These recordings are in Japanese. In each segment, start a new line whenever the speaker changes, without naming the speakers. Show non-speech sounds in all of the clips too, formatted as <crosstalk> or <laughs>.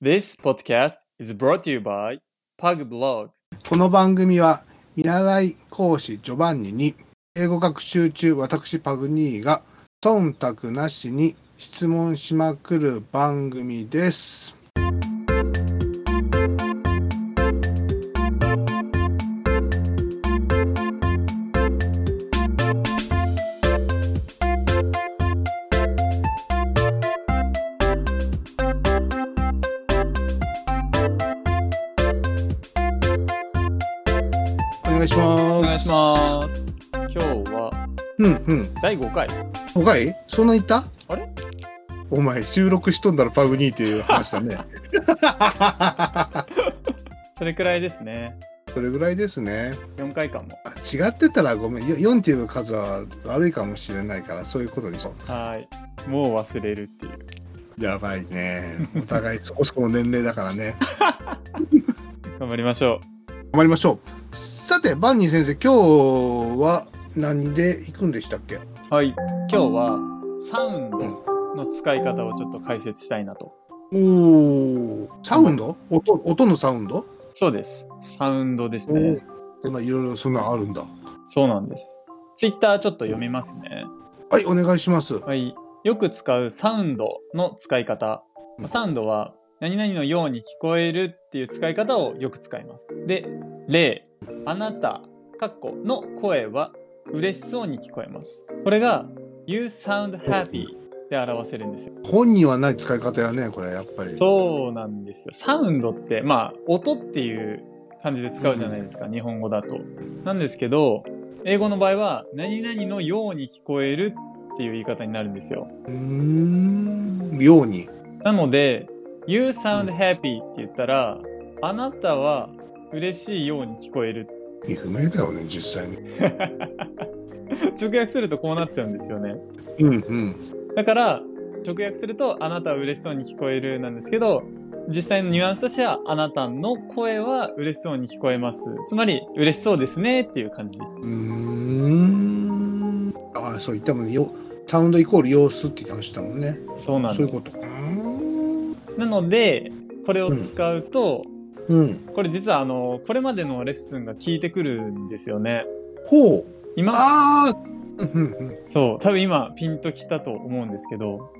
This podcast is brought to you by Pugblog.
この番組は見習い講師ジョバンニに英語学習中私パグニーが忖度なしに質問しまくる番組です。お願いします。
お願いします。今日は
うんうん。
第5回。
おかいそんな言った
あれ
お前収録しとんだろパグニーっていう話だね。
それくらいですね。
それぐらいですね。
4回間も。
あ違ってたらごめん。よ4っていう数は悪いかもしれないから、そういうことでしょ。
はーい。もう忘れるっていう。
やばいね。お互いそこそこの年齢だからね。
頑張りましょ
頑張りましょう。さて、バンニー先生、今日は何で行くんでしたっけ
う。はい。今日はサウンドの使い方をちょっと解説したいなと。
おー、サウンド音音のサウンド
そうです。サウンドですね。
そんないろいろそんなのあるんだ。
そうなんです。ツイッターちょっと読みますね。
はい、お願いします。
はい。よく使うサウンドの使い方
う。ん
サウンドは、何々のように聞こえるっていう使い方をよく使います。で、例。あなた、かっこの声は嬉しそうに聞こえます。これが、you sound happy で表せるんですよ。
本にはない使い方やね、これ、やっぱり。
そうなんですよ。サウンドって、まあ、音っていう感じで使うじゃないですか、日本語だと。なんですけど、英語の場合は、何々のように聞こえるっていう言い方になるんですよ。
うーん、ように。
なので、You sound happy って言ったら、あなたは嬉しいように聞こえる。 <laughs>
意味不明だよね、実際に。
直訳するとこうなっちゃうんですよね。
うんうん。
だから、直訳すると、あなたは嬉しそうに聞こえるなんですけど、実際のニュアンスとしては、あなたの声は嬉しそうに聞こえます。つまり、嬉しそうですねっていう感じ。
うーん。ああ、そう言ったもんね。よサウンドイコール様子って言ってましたもんね。
そうなん
そうい
で
うこと。うーん。
す。なので、これを使うと、
うん。
これ実はあの、これまでのレッスンが効いてくるんですよね。
ほう。
今、
ああ。うんうんうん。
そう、多分今ピンときたと思うんですけど、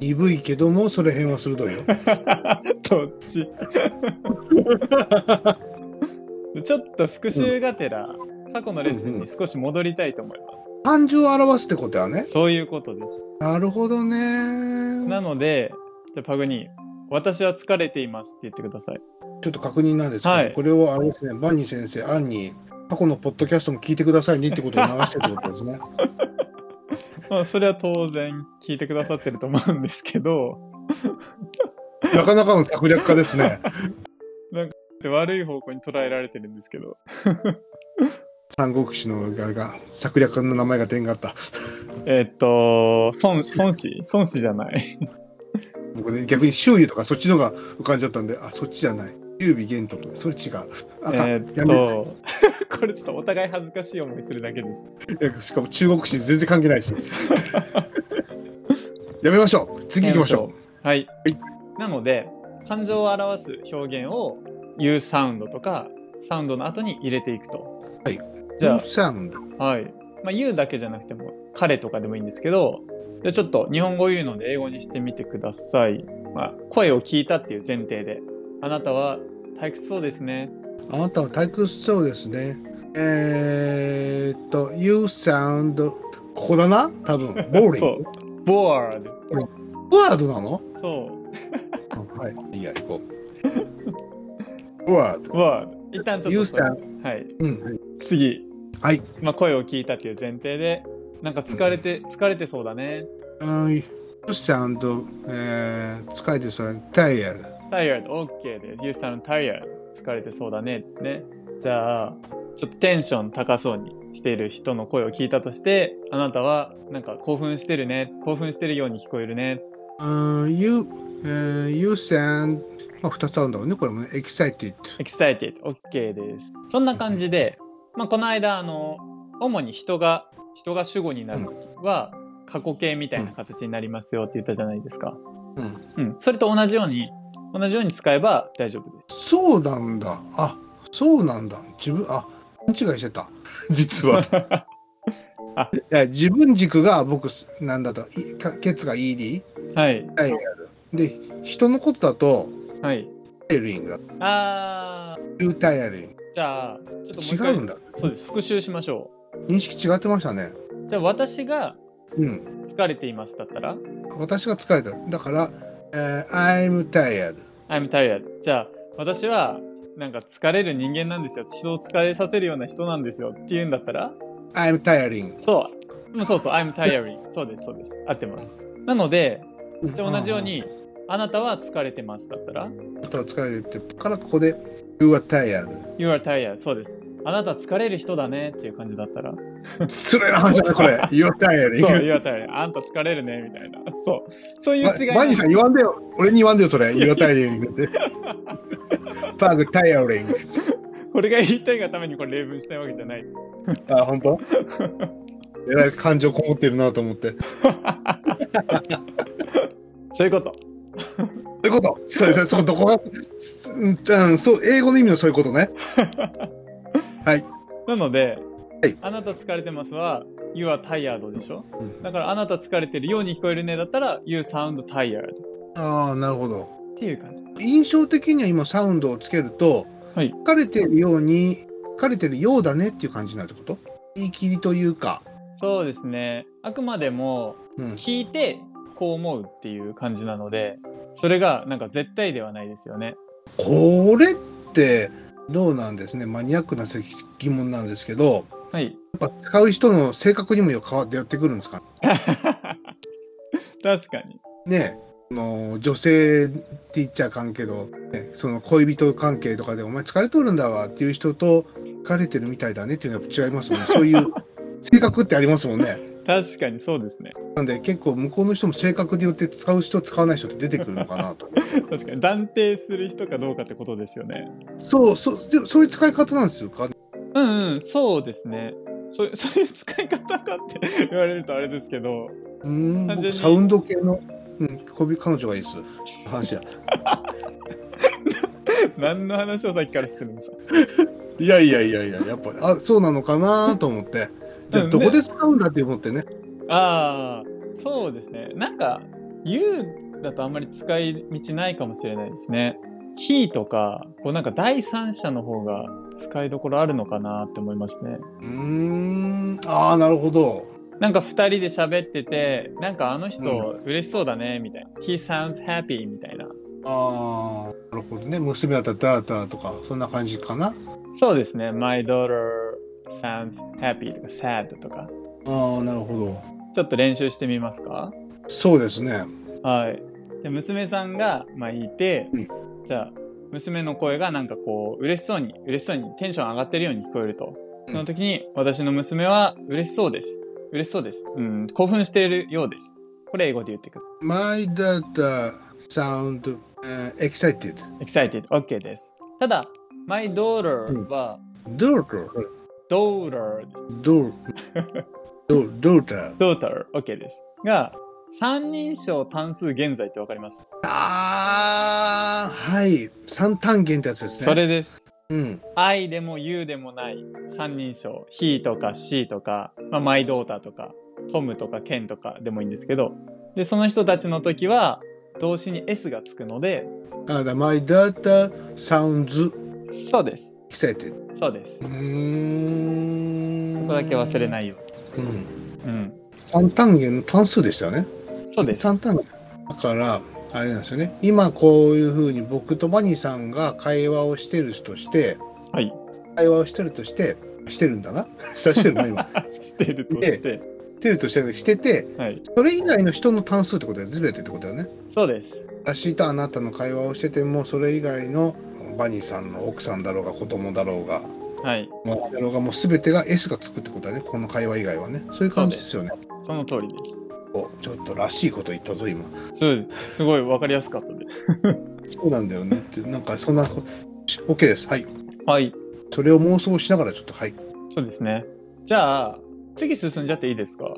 鈍いけども、それ辺は鋭 <laughs> いよ。
どっち <laughs> ちょっと復習がてら、過去のレッスンに少し戻りたいと思います。
感情を表すってことやね。
そういうことです。
なるほどね。
なので、じゃあパグニー、私は疲れていますって言ってください。
ちょっと確認なんですけど、
はい
これをあれですね、バンニー先生、アンに過去のポッドキャストも聞いてくださいねってことを流してるってことですね。 <laughs>
まあ、それは当然聞いてくださってると思うんですけど、
なかなかの策略家ですね。
で悪い方向に捉えられてるんですけど。
三国志のがが策略家の名前が出んがった。
えっと、孫、孫子孫子じゃない。
僕ね、逆に周遊とかそっちのが浮かんじゃったんで、あ、そっちじゃない。劉備玄徳、それ違う。あかん
え
や
っ
めよ
と、 <laughs> これちょっとお互い恥ずかしい思いするだけです。
ういやしかも中国史全然関係ないし。 <laughs> やめましょう。次行きましょ
はい
はい。
なので、感情を表す表現を言うサウンドとか、サウンドの後に入れていくと。
はい。う。
じゃ
サウンド
あ、はい。まあ、言うだけじゃなくても、彼とかでもいいんですけど、じゃあちょっと日本語を言うので英語にしてみてください。まあ、声を聞いたっていう前提で。あなたは退屈そうですね。
あなたは退屈そうですね。えー、っと、You sound ここだな
<laughs>
多分。ボーリ
そ
ン
う
グ。。
bored。
ワードなの
そう。
はい。いいや、行こう。ワード。
word。一旦ちょ
You
っとそれ。
sound
はい。
うん。
次。
はい。
まあ、声を聞いたっていう前提で、なんか疲れて、疲れてそうだね。
はい。You sound、えー、疲れてそう。tired。
tired, OK です。You sound tired. 疲れてそうだね。ですね。じゃあ、ちょっとテンション高そうにしている人の声を聞いたとして、あなたは、なんか興奮してるね。興奮してるように聞こえるね。
うん You、えー、You sound まあ、二つあるんだろうね、これもね。excited。
excited, OK です。そんな感じで、まあ、この間、あの、主に人が、人が主語になるときは、過去形みたいな形になりますよって言ったじゃないですか。
うん。
うん。それと同じように、同じように使えば大丈夫です。
そうなんだ。あ、そうなんだ。自分、あ、勘違いしてた。 <laughs> 実は。 <laughs>
あ
いや自分軸が僕、なんだと、いかケツが ED?
はい。
はい。で、人のことだと、
はい。
タイリングだ。
あ
ユータイリン
ー、じゃあ、ちょっともう一
グ。違
回。
うんだ。
そうです。復習しましょ
認識違ってましたね。
う。じゃあ、私が
うん。
疲れていますだったら、
私が疲れた。だから、えー I'm tired.
I'm tired. じゃあ、私は、なんか疲れる人間なんですよ。人を疲れさせるような人なんですよ。っていうんだったら、
I'm tiring.
そう。もうそうそう、I'm tiring. そうです、そうです。合ってます。なので、じゃあ同じように、あなたは疲れてますだったら、
うん。あとは疲れてるから、ここで、You are tired.
You are tired. そうです。あなた疲れる人だねっていう感じだ
<laughs>
ったら、
失礼な話だね、
<laughs>
これ。You are
そう
tiring.
You are tired. あんた疲れるねみたいな。そう。そういう
ま
違い。
マジさん言わんでよ。俺に言わんでよ、それ。You are tiring って。パーク tiring。
これが言いたいがためにこれ例文したいわけじゃない。
あ、本当えらい感情こもってるなと思って。
そういうこと。
そういうこと。そうそうそうどこが、うんうん、そう、英語の意味のそういうことね。
なので、
はい
あなた疲れてますは、You are tired でしょ、
うん
だからあなた疲れてるように聞こえるねだったら、You sound tired っ
ああ、なるほど。
ていう感じ。
印象的には今サウンドをつけると、
はい
疲れてるように疲れてるようだねっていう感じになるってこと言い切りというか、
そうですね。あくまでも、
うん、
聞いてこう思うっていう感じなので、それがなんか絶対ではないですよね。
これってどうなんですねマニアックな疑問なんですけど
はい。
やっぱ使う人の性格にもよ変わってやってくるんですか
確かに。
ねえあの女性って言っちゃあかんけど、ね、その恋人関係とかで「お前疲れとるんだわ」っていう人と「疲れてるみたいだね」っていうのはやっぱ違いますもんねそういう性格ってありますもんね。
確かにそうですね。
なんで結構向こうの人も性格によって使う人使わない人って出てくるのか
<laughs>
なと
確かに断定する人かどうかってことですよね。
そうそうでもそういう使い方なんですよか
うんうん、そうですね。そう <laughs> そういう使い方かって言われるとあれですけど、
うーん
単純
僕
に
サウンド系の、うん、恋人彼女がいいです話や
何の話をさっきからしてるんですか
いやいやいやいややっぱあそうなのかなと
<laughs>
思ってじゃあ
うん
どこで使うんだって思ってね
ああ、そうですね。なんか、You だとあんまり使い道ないかもしれないですね。He とか、こうなんか第三者の方が使いどころあるのかなって思いますね。
うーんああなるほど
なんか二人で喋ってて、なんかあの人嬉しそうだね、みたいな。He sounds happy, みたいな。
ああなるほどね娘だったらダーターとかそんな感じかな
そうですね。My daughter sounds happy とか sad とか。
ああなるほ
ちょっと練習してみますか
どそうですね
はい。じゃあ娘さんが、まあ、いて、
うん
じゃあ、娘の声がなんかこう、嬉しそうに、嬉しそうに、テンション上がってるように聞こえると。
うん
その時に、私の娘は、嬉しそうです。嬉しそうです。うん、興奮しているようです。これ英語で言ってくる。
My daughter sound、uh, excited
excited, OK です。ただ、my daughter は、
daughter
daughter です。
ド
<laughs>
ル、ドル、ドルタ。
daughter, OK です。が、三人称単数現在ってわかります
あー、はい。三単元ってやつですね。
そ。れです。
うん。
I でも U でもない三人称 He とか She とか、まあ、マイドーターとかトムとかケンとかでもいいんですけどでその人たちの時は動詞に S がつくので
あだ、my data sounds
そうです
excited.
そうです
うー
こ
ん。
こだけ忘れないよ
うん。
うにうん
三単元の単数でしたよね。
そうです
三単元。だから、あれなんですよね。今こういうふうに僕とバニーさんが会話をしてるとして、
はい
会話をしてるとして、してるんだな。 <laughs> してるな、今。
してるとして
してるとして、してて、
はい
それ以外の人の単数ってことはずれてってことだよね。
そうです
私とあなたの会話をしててもそれ以外のバニーさんの奥さんだろうが子供だろうが
はい
もうだろうがもう全てが S がつくってことだねこの会話以外はねそういう感じですよね
その通りで
おちょっとらしいこと言ったぞ今
すそうですすごいわかりやすかったです
そうなんだよねってなんかそんな OK ですはい
はい
それを妄想しながらちょっとはい
そうですねじゃあ次進んじゃっていいですか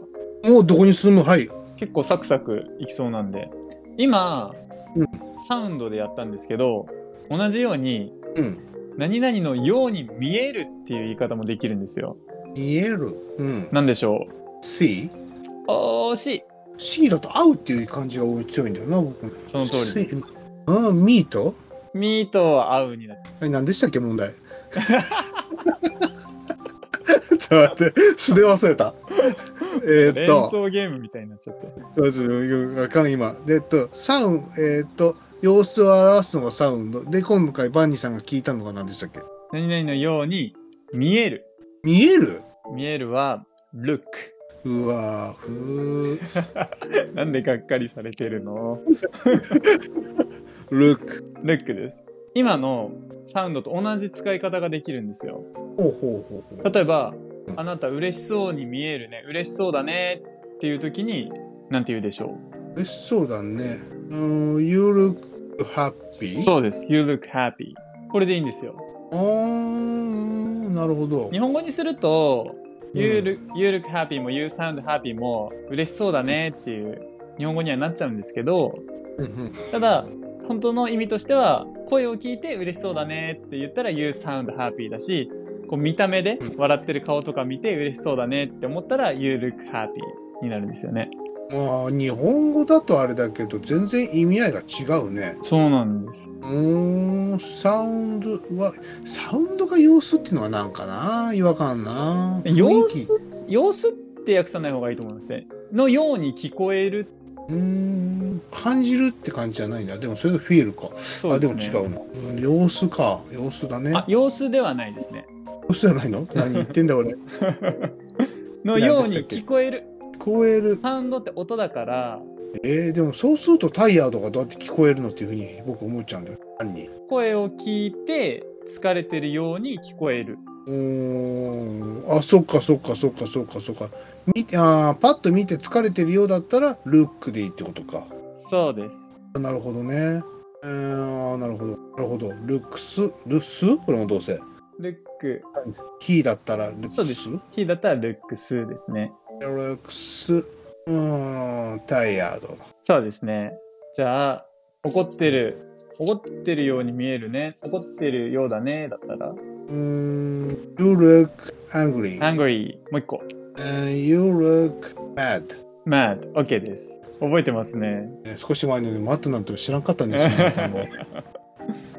もうどこに進むはい
結構サクサクいきそうなんで今
うん
サウンドでやったんですけど、同じように、
うん。
何々のように見えるっていう言い方もできるんですよ。
見える。うん。
なんでしょ
C?
う惜しい
C だと合うっていう感じが強いんだよな、僕も。
その通り
<laughs>
です。
うん、ミート
ミートは合うになって。
え、何でしたっけ、問題。 <laughs> ちょっと待って、素で忘れた。えーっ
連
と、
想ゲームみたいになっちゃって。
ちょっとあかん今。で、えっと、サウン、えーっと、様子を表すのがサウンド。で、今回、バンニーさんが聞いたのが何でしたっけ
何々のように見える。
見える
見えるは look。
うわーふー、
なんでがっかりされてるの
ルック。
?look です。今のサウンドと同じ使い方ができるんですよ。
ほうほうほうほう。
例えば
う、ん
あなた嬉しそうに見えるね。嬉しそうだねっていう時に、なんて言うでしょ
嬉しそうだね。うん、you look
う
happy? う。
そうです。You look happy. これでいいんですよ。
うーん、なるほど。
日本語にすると、
うん
You look, you look happy も You sound happy も嬉しそうだねっていう日本語にはなっちゃうんですけど、
うんうん
ただ本当の意味としては声を聞いて嬉しそうだねって言ったら You sound happy だしこう見た目で
うん
笑ってる顔とか見て嬉しそうだねって思ったら You look happy になるんですよね
まあ、日本語だとあれだけど、全然意味合いが違うね。
そうなんです
うーん、サウンドは、サウンドが様子っていうのはなんかな違和感な
様
雰囲
子様子って訳さない方がいいと思いますねのように聞こえる
気うーん、感じるって感じじゃないんだ。でもそれがフィールか。
そ
あ、
うで
ですも
ね
違うな。うん様子か。様子だね。
あ様子ではないですね
様子じゃな
<laughs>
いの何言ってんだ俺。聞
のように聞こえる
こえる。
サウンドって音だから
えー、でもそうするとタイヤードがどうやって聞こえるのっていうふうに僕思っちゃうんだよ。単に。
声を聞いて疲れてるように聞こえる
うーんあそっかそっかそっかそっかそっか見てあーパッと見て疲れてるようだったらルックでいいってことか
そうです
なるほどねうーんなるほどなるほどルックスルッスこれもどうせ
ルック
キーだったらルックス
そうです。火だったらルックスですね。
ルックスうーんタイヤード
そうですね。じゃあ、怒ってる。怒ってるように見えるね。怒ってるようだね。だったら。
うーん You look angry
angry。もう一個。
and you look mad
mad。OK です。覚えてますね。
ね少し前のねマットなんて知らんかったんですよ、ね、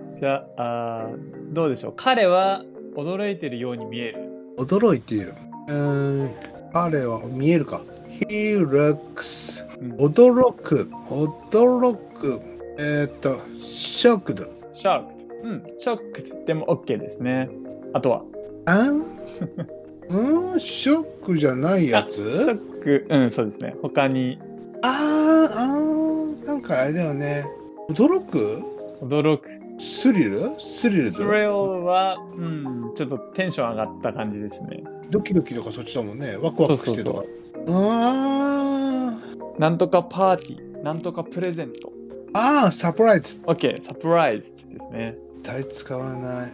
じゃあ、あーどうでしょう。彼は驚いてるように見える。
驚いている。うーん、彼は見えるか。He looks
うん
驚く、驚く、えーっと、ショックだ。
shocked。うん。shocked でも OK ですね。あとは。
あ
<laughs>
んうん、ショックじゃない
あ
や
シ
つ
ョック。うん、そうですね。他に、
あーあー、なんかあれだよね。驚く
驚く。
スリルスリル
そ
だ
れ
よ。
は、うん、ちょっとテンション上がった感じですね。
ドキドキとかそっちだもんね。ワクワクしてるとか。
そう
あ
なんとかパーティー、なんとかプレゼント。
ーあー、サプライズ。
OK、サプライズですね。
絶対使わない。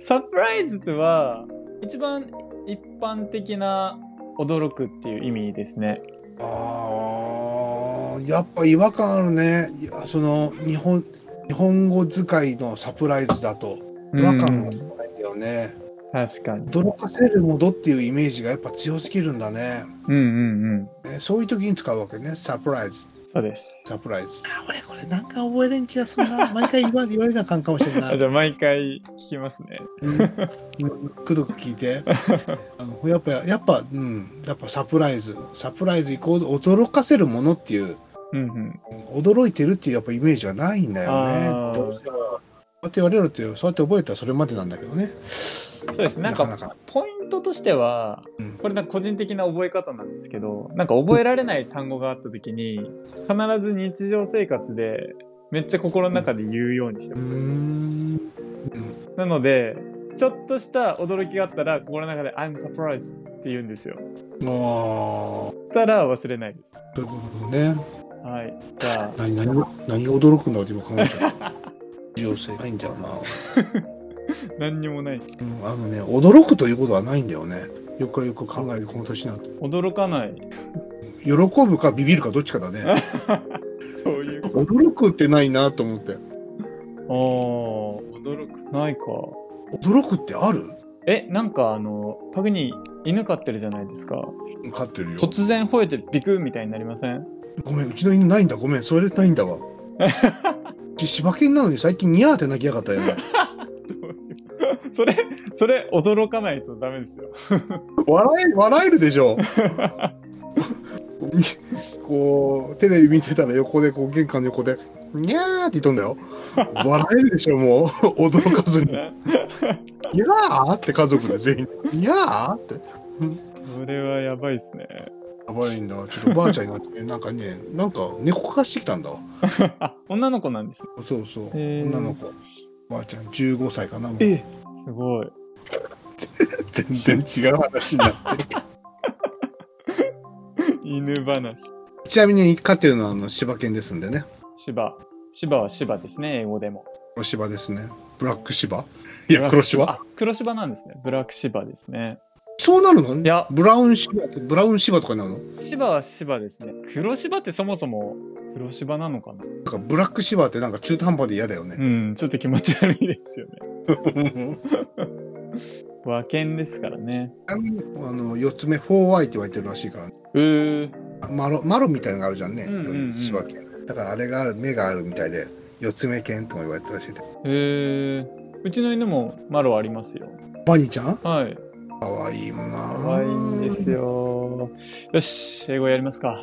サプライズとは、一番一般的な驚くっていう意味ですね。
あーやっぱ違和感あるねいやその日本日本語使いのサプライズだと違和感が
うん
少ないんだよね、
確かに。
驚かせるものっていうイメージがやっぱ強すぎるんだね
うんうんうん。
ねそういう時に使うわけねサプライズ
そうです。
サプライズあ俺これなんか覚えれん気がするな <laughs> 毎回言わ言われなあかんかもしれんな <laughs>
あ
い
じゃあ毎回聞きますね。
くどく聞い <laughs> てあのやっぱやっぱうんやっぱサプライズサプライズイコール驚かせるものっていう
うんうん。
驚いてるっていうやっぱイメージはないんだよ
あー
ね。どうせはそうやって言われるっていうそうやって覚えたらそれまでなんだけどね。
そうです。なん
なかな
か
か、
ポイントとしては
うん、
これなんか個人的な覚え方なんですけど、なんか覚えられない単語があった時に、必ず日常生活で、めっちゃ心の中で言うようにしてます
うーん。
なので、ちょっとした驚きがあったら、心の中で I'm surprised って言うんですよ。
ああ、そ
したら忘れないです。
ういうことだね。
はい。じゃあ、
何何を何が驚くんだろうって今考え <laughs> た。重要性ないんだよな。
何にもないです。
うん、あのね驚くということはないんだよね。よくよく考えるこの年になって
驚かない。 <laughs>
喜ぶかビビるかどっちかだね。
そういうこと。
驚くってないなと思って。
あー、驚くないか。
驚くってある
え、なんかあの、パグニー、犬飼ってるじゃないですか。
飼ってるよ。
突然吠えてビクみたいになりません <laughs>
ごめん、うちの犬ないんだ。ごめん、それないんだわ。し柴犬なのに最近ニャーって泣きやがったよね。
それ、それ、驚かないとダメですよ。
笑え、笑えるでしょ。 <laughs> にこう、テレビ見てたら横で、こう、玄関の横で、にゃーって言っとんだよ。笑えるでしょ、もう。驚かずに。にゃーって家族で全員、にゃーって。
それはやばいですね。
やばいんだ。ちょっとおばあちゃんになって、なんかね、なんか猫化してきたんだわ。
あ、女の子なんですね。
そうそう。
へー
女の子。おばあちゃん、15歳かな。もう
すごい。
全然違う話になってる。
犬話。
ちなみに飼ってるのはあの柴犬ですんでね。
芝。芝は芝ですね、英語でも。
黒芝ですね。ブラック芝いや、黒芝
あ、黒芝なんですね。ブラック芝ですね。
そうなるの
いや
ブラウン芝って、ブラウン芝とかになるの
芝は芝ですね。黒芝ってそもそも黒芝なのかな
なんかブラック芝ってなんか中途半端で嫌だ
<laughs>
よね。
うん、ちょっと気持ち悪いですよね。和犬ですからね。
ちなみに、あの、四つ目、4 y って言われてるらしいから、ね、
うー。
マロ、マロみたいなのがあるじゃんね。
うんうんうん
芝犬。だからあれがある、目があるみたいで、四つ目犬とも言われてるらしいで。
へー。うちの犬もマロありますよ。
バニーちゃん
はい。
かわいいもんな。
可愛いんです。よ。よし、英語やりますか。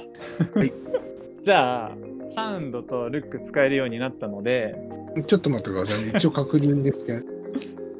はい。
<laughs> じゃあ、サウンドとルック使えるようになったので、
ちょっと待ってくださいね。一応確認ですけど。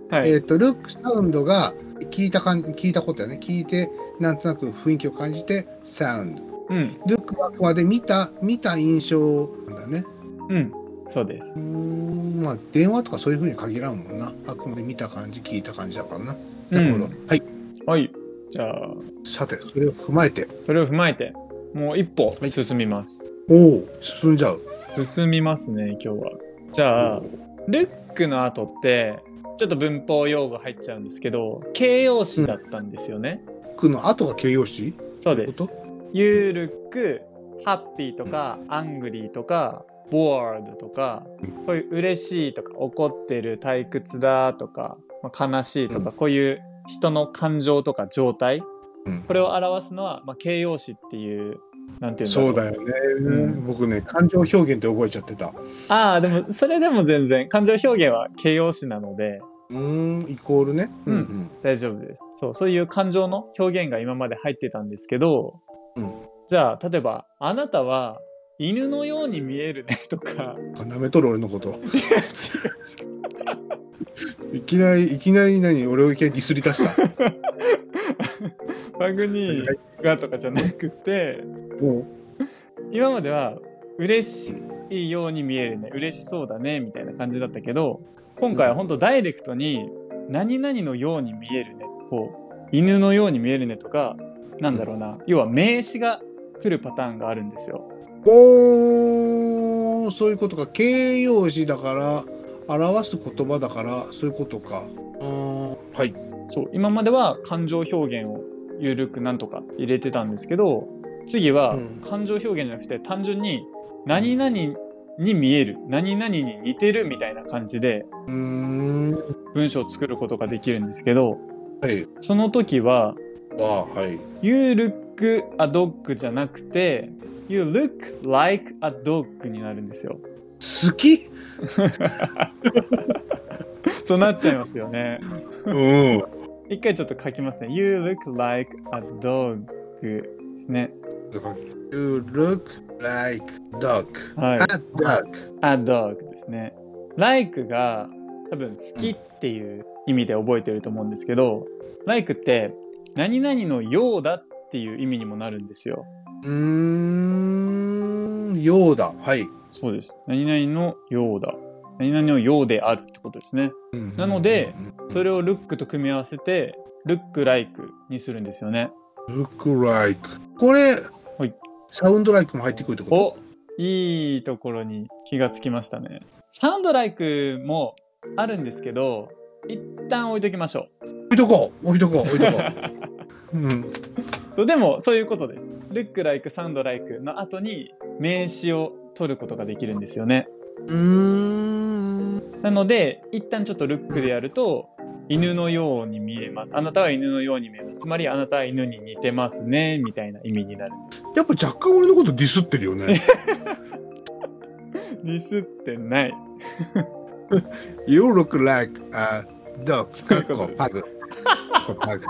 はい。
えっ、と、ルックサウンドが聞いた感聞いたことやね。聞いて、なんとなく雰囲気を感じて、サウンド。
うん、
ルックはあくまで見た、見た印象なんだね。
うん、そうです
う。ーん、まあ、電話とかそういうふうに限らんもんな。あくまで見た感じ、聞いた感じだからな。なるほど。はい。
うんはい。じゃあ、
さて、それを踏まえて。
それを踏まえて、もう一歩
はい
進みます。
おお、進んじゃう。
進みますね、今日は。じゃあ、ルックの後って、ちょっと文法用語入っちゃうんですけど、形容詞だったんですよね。
ルックの後が形容詞
そうです
こと。
ゆるく、ハッピーとか、アングリーとか、ボードとか、こういう嬉しいとか、怒ってる、退屈だとか、まあ悲しいとか、こういう人の感情とか状態、
うん
これを表すのは、まあ、形容詞っていう、なんていうんだろ。
そううだよね、
うん
僕ね、感情表現って覚えちゃってた。
ああ、でも、それでも全然、感情表現は形容詞なので、
うーん、イコールね。
うん
ん。
大丈夫です。そう、そういう感情の表現が今まで入ってたんですけど、
うん
じゃあ、例えば、あなたは犬のように見えるねとか、
なめとる俺のこと。
違う違う。
いきなり、いきなり何俺をいきなりディスり出
<laughs>
した。
バグニーがとかじゃなくて、
も
今までは嬉しいように見えるね、嬉しそうだね、みたいな感じだったけど、今回は本当ダイレクトに、何々のように見えるね、こう、犬のように見えるねとか、なんだろうな、要は名詞が来るパターンがあるんですよ。
う、おー、そういうことか。形容詞だから、表す言葉だから、そういうことか。うーん、はい。
そう今までは感情表現を緩くなんとか入れてたんですけど次は
うん
感情表現じゃなくて単純に何々に見える何々に似てるみたいな感じで
うーん、は
文章を作ることができるんですけど
い。
その時は
は、はい。
「You look a dog」じゃなくて「You look like a dog」になるんですよ。
好き
そうなっちゃいますよね。 <laughs>
うん。
一回ちょっと書きますね。You look like a dog ですね。
You look like dog.
はい
A。dog.
a dog ですね。like が多分好きっていう意味で覚えてると思うんですけど、like って何々のようだっていう意味にもなるんですよ。
うーん、ようだ。はい。
そうです。何々のようだ。何々のようであるってことですね。なのでそれを look と組み合わせて look like にするんですよね。
look like これ、
い
サウンドライクも入ってくるってこと
おいいところに気がつきましたね。サウンド like もあるんですけど、一旦置いときましょう。
置いとこう置い
<laughs>
とこう置いとこう、うん、
そうでもそういうことです。look like sound like の後に名詞を取ることができるんですよね。
うーん。
なので、一旦ちょっとルックでやると、犬のように見えます。あなたは犬のように見えます。つまり、あなたは犬に似てますね、みたいな意味になる。
やっぱ若干俺のことディスってる
<laughs>
よね。
ディスってない。
you look like a dog.
そういうことです
パグ。パグ。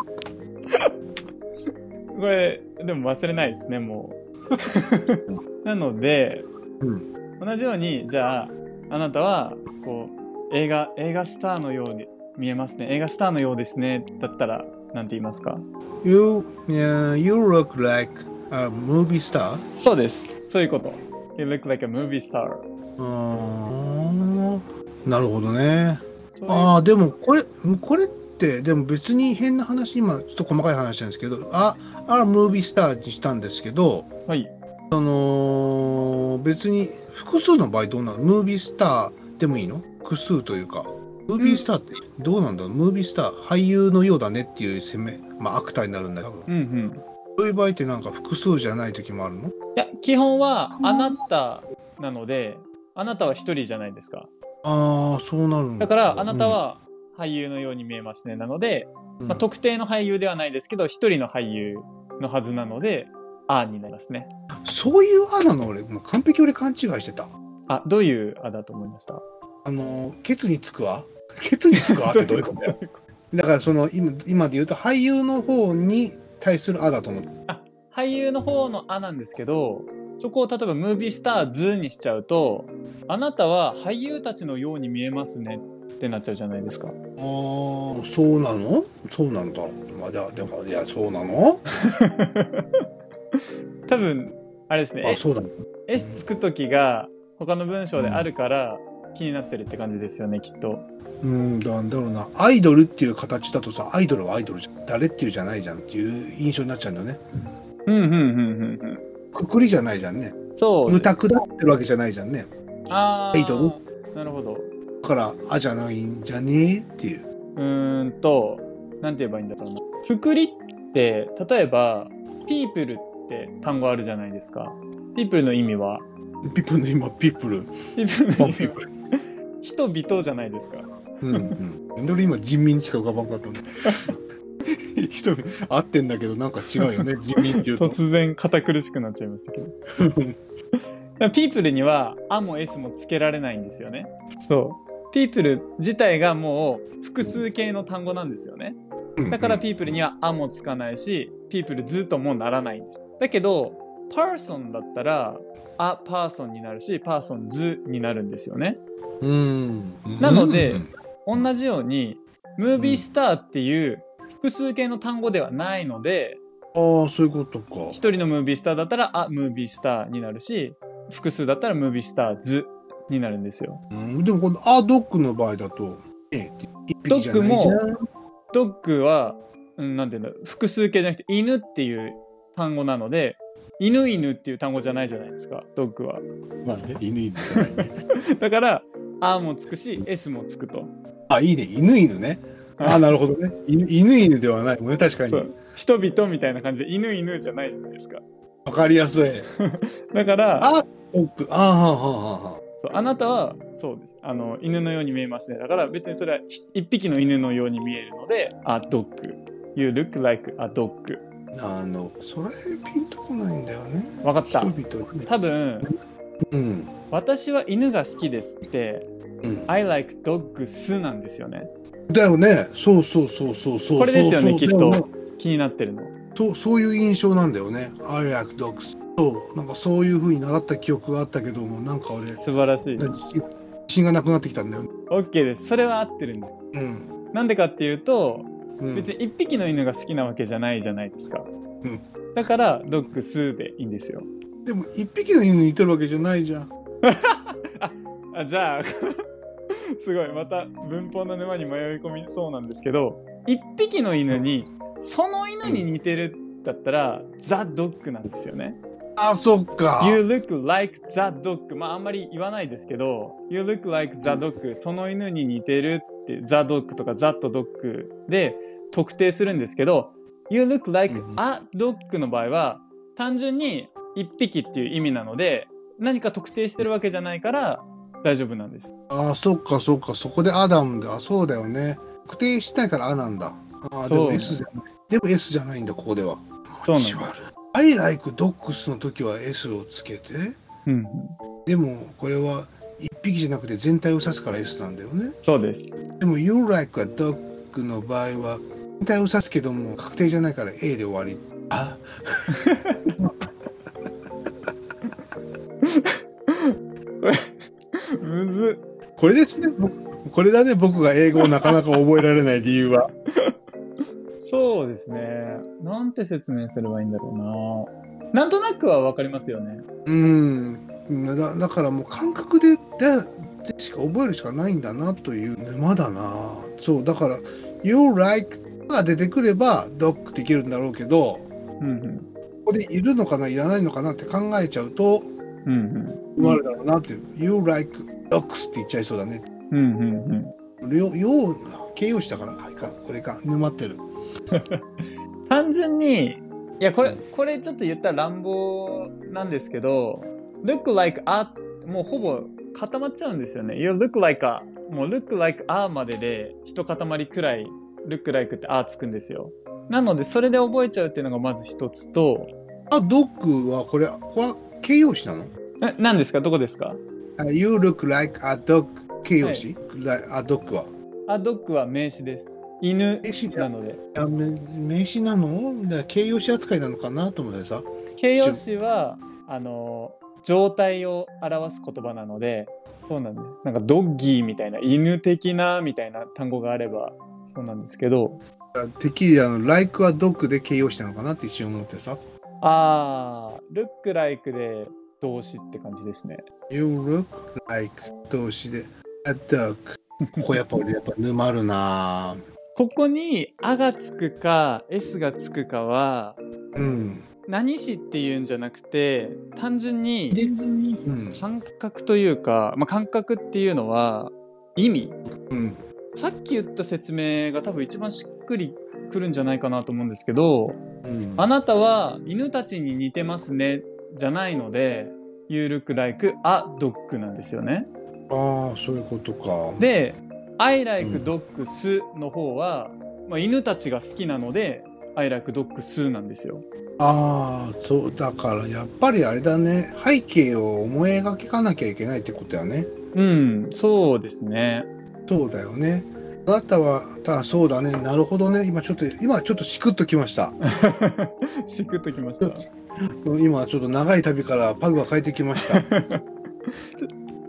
これ、でも忘れないですね、も <laughs> う。なので、
うん。
同じように、じゃあ、あなたは、こう、映画、映画スターのように見えますね。映画スターのようですね。だったら、なんて言いますか
You, yeah, you look like a movie star.
そうです。そういうこと。You look like a movie star.
うーん。なるほどね。
そういう
ああ、でもこれ、これって、でも別に変な話、今ちょっと細かい話なんですけど、あ、あ、ムービースターにしたんですけど、
はい。
その、別に複数の場合どうなのムービースターでもいいの複数というか。ムービースターってどうなんだろう、ムービースター、俳優のようだねっていう攻め、まあ、アクターになるんだけど、
うんうん。
そういう場合ってなんか複数じゃない時もあるの
いや、基本は、あなたなので、あなたは一人じゃないですか。
ああ、そうなるん
だから、あなた、は俳優のように見えますね。なので、
うん
まあ、特定の俳優ではないですけど、一人の俳優のはずなので、あーになりますね。
そういうあなの俺、もう完璧俺勘違いしてた。
あ、どういうあだと思いました
あのー、ケツにつくわ <laughs> ケツにつくわってどういうこ
<laughs>
とだよ。だからその今今で言うと俳優の方に対するあだと思って。
俳優の方の「あ」なんですけどそこを例えば「ムービースターズ」にしちゃうと「あなたは俳優たちのように見えますね」ってなっちゃうじゃないですか。
ああ、そうなのそうなんだ。まあ、ででも、いや、そうなの
多分あれですね
あ、そうだ。
「S」つく時が他の文章であるから気になってるって感じですよねきっと。
うん、だなんだろうな。アイドルっていう形だとさ、アイドルはアイドルじゃん。誰っていうじゃないじゃんっていう印象になっちゃうんだよね。
うんうんうんうん
くくりじゃないじゃんね。
うん。そう
無
です。
択だってるわけじゃないじゃんね。
あ
アイド
ーなるほど。う
だから、あじゃないんじゃねえっていう。
ーんとなんて言えばいいんだろうな。くくりって例えば「ピープル」って単語あるじゃないですか。ピープルの意味は
ピップルの今、ピップル。
ピープルの意味は
プル。
人々じゃないですか。
うんうん。で俺今人民しか浮かばんかったんだ。 <laughs> 人々合ってんだけどなんか違うよね。人民っていうと。
突然堅苦しくなっちゃいましたけ <laughs> ど。だからピープルには「あ」も「S」もつけられないんですよね。そう。ピープル自体がもう複数形の単語なんですよね。だからピープルには「あ」もつかないし、ピープルずっともうならないんです。だけど、パーソンだったら、あ、パーソンになるし、パーソンズになるんですよね。
うん。
なので
うん
同じように、ムービースターっていう複数形の単語ではないので、
ああ、そういうことか。
一人のムービースターだったら、あ、ムービースターになるし、複数だったらムービースターズになるんですよ。
うん、でもこのアドックの場合だと、ええ、一匹じゃないじゃん
ドッドッグは、うん、なんていうんだろう、複数形じゃなくて、犬っていう単語なので、犬犬っていう単語じゃないじゃないですか、ドッグは。
まあね、犬犬じゃないね。
だから、あもつくし、S もつくと。
あ、いいね。犬犬ね。あなるほどね。犬犬犬ではないもんね。確かに
そ。う。人々みたいな感じで、犬犬じゃないじゃないですか。
わかりやすい。
だから、
あドック。ああ、はあ、はあ、は
そうあなたは、そうです。あの、犬のように見えますね。だから、別にそれはひ一匹の犬のように見えるので、あ、ドッグ。You look like a dog.
あ。あの、それピンとこないんだよね。
わかった。
人々ね。
多分、
うん。
私は犬が好きですって、
うん。
I like dogs なんですよね。
だよね。そうそうそうそうそう。
これですよね、き
そう
っ
そう
と。気になってるの。
そう、そういう印象なんだよね。I like dogs。そう、なんかそういう風に習った記憶があったけども、なんか俺、自
素晴らしい。
信がなくなってきたんだよね。
OK です。それは合ってるんです。
うん。
なんでかっていうと、
うん、
別に一匹の犬が好きなわけじゃないじゃないですか。
うん
だから、dogs でいいんですよ。
でも、一匹の犬に似てるわけじゃないじゃん。
あじゃあ <laughs> すごいまた文法の沼に迷い込みそうなんですけど一匹の犬にその犬に似てるだったら、ザ・ドッグなんですよね。
あ、そっか。
You look like the dog まああんまり言わないですけど You look like the dog その犬に似てるって The dog とか That dog で特定するんですけど You look like
うん
a dog の場合は単純に一匹っていう意味なので何か特定してるわけじゃないから大丈夫なんです。
ああ、そっかそっか、そこでアダムで、あそうだよね。確定したいからアなんだ。ああ、で
そう
も S じゃない。でも S じゃないんだ、ここでは。
そうなんです
意地。悪い I like dogs の時は S をつけて、
うんうん、
でもこれは一匹じゃなくて全体を指すから S なんだよね。
そうです。
でも You like a dog の場合は全体を指すけども確定じゃないから A で終わり。あ
むずっ。
これですね。僕これだね、僕が英語をなかなか覚えられない理由は。
そうですね。なんて説明すればいいんだろうな。なんとなくはわかりますよね。
うんだだからもう感覚でででしか覚えるしかないんだなという沼だなそうだから「You like」が出てくればドックできるんだろうけど
うん
ここでいるのかないらないのかなって考えちゃうと
うん。うん
生まれだろうなっていう「You like dogs」って言っちゃいそうだね
うん。うんうんうん。
よよう形容詞だからはいかこれか沼ってる
単純にいやこれこれちょっと言ったら乱暴なんですけど「look like a」もうほぼ固まっちゃうんですよね「you look like a」もう「look like a」までで一塊くらい「look like」って「a」つくんですよなのでそれで覚えちゃうっていうのがまず一つと
あドッグはこれこれは形容詞なの
な何ですかどこですか
あ ?You look like a dog 形容詞、like a dog は
「a dog」は名詞です犬
名詞
なので
あめ名詞なのだから形容詞扱いなのかなと思ってさ
形容詞はあの状態を表す言葉なのでそうなんですなんかドッギーみたいな犬的なみたいな単語があればそうなんですけど
てっきりあの「like は dog」で形容詞なのかなって一瞬思ってさ
あールックライクで動詞って感じですね
「You look like」動詞で「a dog」こ <laughs> れやっぱ俺やっぱ沼るなぁ
ここに「あ」がつくか「s」がつくかは
うん
何詞っていうんじゃなくて単純に
うん
感覚というか、まあ、感覚っていうのは意味
うん
さっき言った説明が多分一番しっくりくるんじゃないかなと思うんですけど、
うん
あなたは犬たちに似てますねじゃないので、You look like a dog なんですよね。
ああそういうことか
で、I
う
like
ん
dogs の方は、まあ、犬たちが好きなので、I like dogs なんですよ。
ああそうだからやっぱりあれだね背景を思い描かなきゃいけないってことだね
うん、そうですね。 <laughs>
そうだよねあなたはあそうだねなるほどね今ちょっと今ちょっとしくっときました
しくっときました。
今ちょっと長い旅からパグが帰ってきました。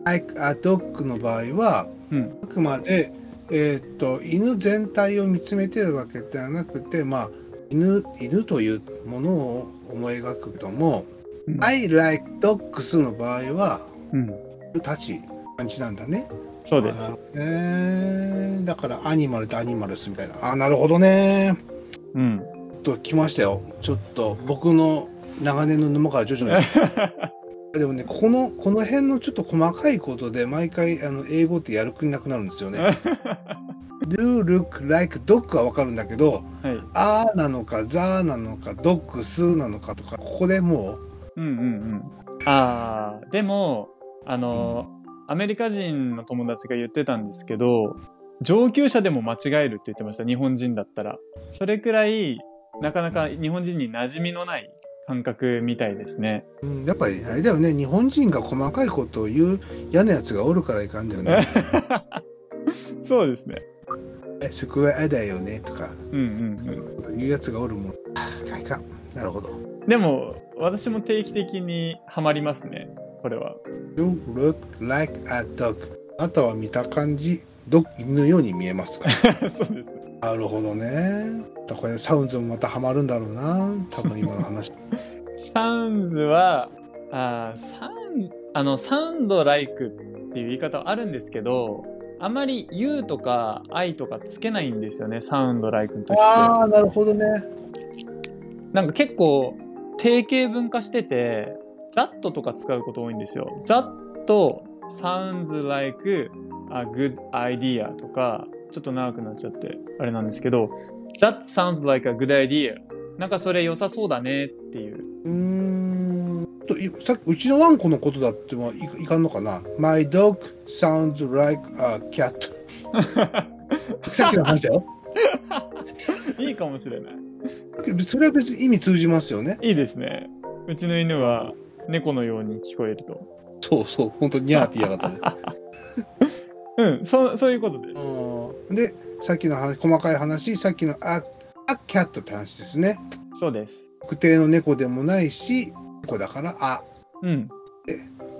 Like a dog の場合は、
うん
あくまで、えーっと犬全体を見つめてるわけではなくて、まあ、犬犬というものを思い描くけども、
うん、
I like dogs の場合は
うん、
犬たち感じなんだね。
そうです。
あえーだからアニマルとアニマルスみたいな。あなるほどね。
うん。
ちょっと来ましたよ。ちょっと僕の長年の沼から徐
<laughs>
々に。でもね、ここの、この辺のちょっと細かいことで、毎回、あの、英語ってやる気なくなるんです
<laughs>
よね。do, look, like, dog はわかるんだけど、
はい。
あーなのか、ザーなのか、ドッグ、スーなのかとか、ここでも
うんうんうん。ああ、でも、あの、アメリカ人の友達が言ってたんですけど、上級者でも間違えるって言ってました、日本人だったら。それくらい、なかなか日本人に馴染みのない感覚みたいですね。
う、うん、やっぱり、あれだよね、日本人が細かいことを言う嫌なやつがおるからいかんだ
<laughs>
よね。
そうですね。
え、そこはあだよね、とか、
うんうんうん。
言うやつがおるもん。あーいかんいかん。なるほど。
でも、私も定期的にハマりますね、これは。 <laughs>
You look like a dog. あなたは見た感じ、ドッグのように見えます <laughs> か
そうですね。
なるほどね。これサウンズもまたハマるんだろうな。多分今の話。
サウンズは、あーサン、あの、サウンドライクっていう言い方はあるんですけど、あまり you とか I とかつけないんですよね、サウンドライクの時って。
<laughs> ああ、なるほどね。
なんか結構、定型文化してて、that とか使うこと多いんですよ。that sounds like a good idea とか、ちょっと長くなっちゃって、あれなんですけど、that sounds like a good idea。なんかそれ良さそうだねっていう
うーん。といさっきうちのワンコのことだってもいいかんのかな ?My dog sounds like a cat <laughs> さっきの話だよ。
いいかもしれない。
それは別に意味通じますよね。
いいですね。うちの犬は猫のように聞こえると。
そうそう、本当にニャーって言いやがったね。
うん、そそういうことです。
うんで、さっきの話、細かい話、さっきのあ、あ、キャットって話ですね。
そうです。
特定の猫でもないし、猫だから、あ、
うん。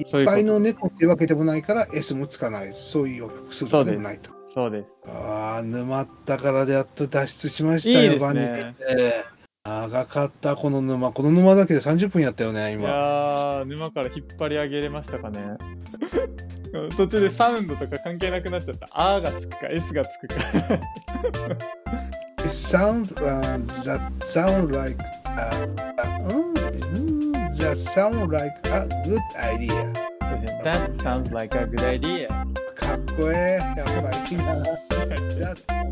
そうい
い
う
っ
こ
ぱ
と
いの猫ってわけでもないから、S もつかない。そういう複数
そ
語
う
でも
で
ないと
す。。そうです。
ああ、沼ったからでやっと脱出しました
いい
よ、
ですね
バニー先生長かった、この沼。この沼だけで30分やったよね、
い
今。
やー、沼から引っ張り上げれましたかね。 <laughs> 途中でサウンドとか関係なくなっちゃった。あーがつくか、S がつくか。
It sound, uh, that sound like, uh, uh, mm, that sound like a good idea.
That sounds like a good idea.
かっこええ、やっぱりいいな。That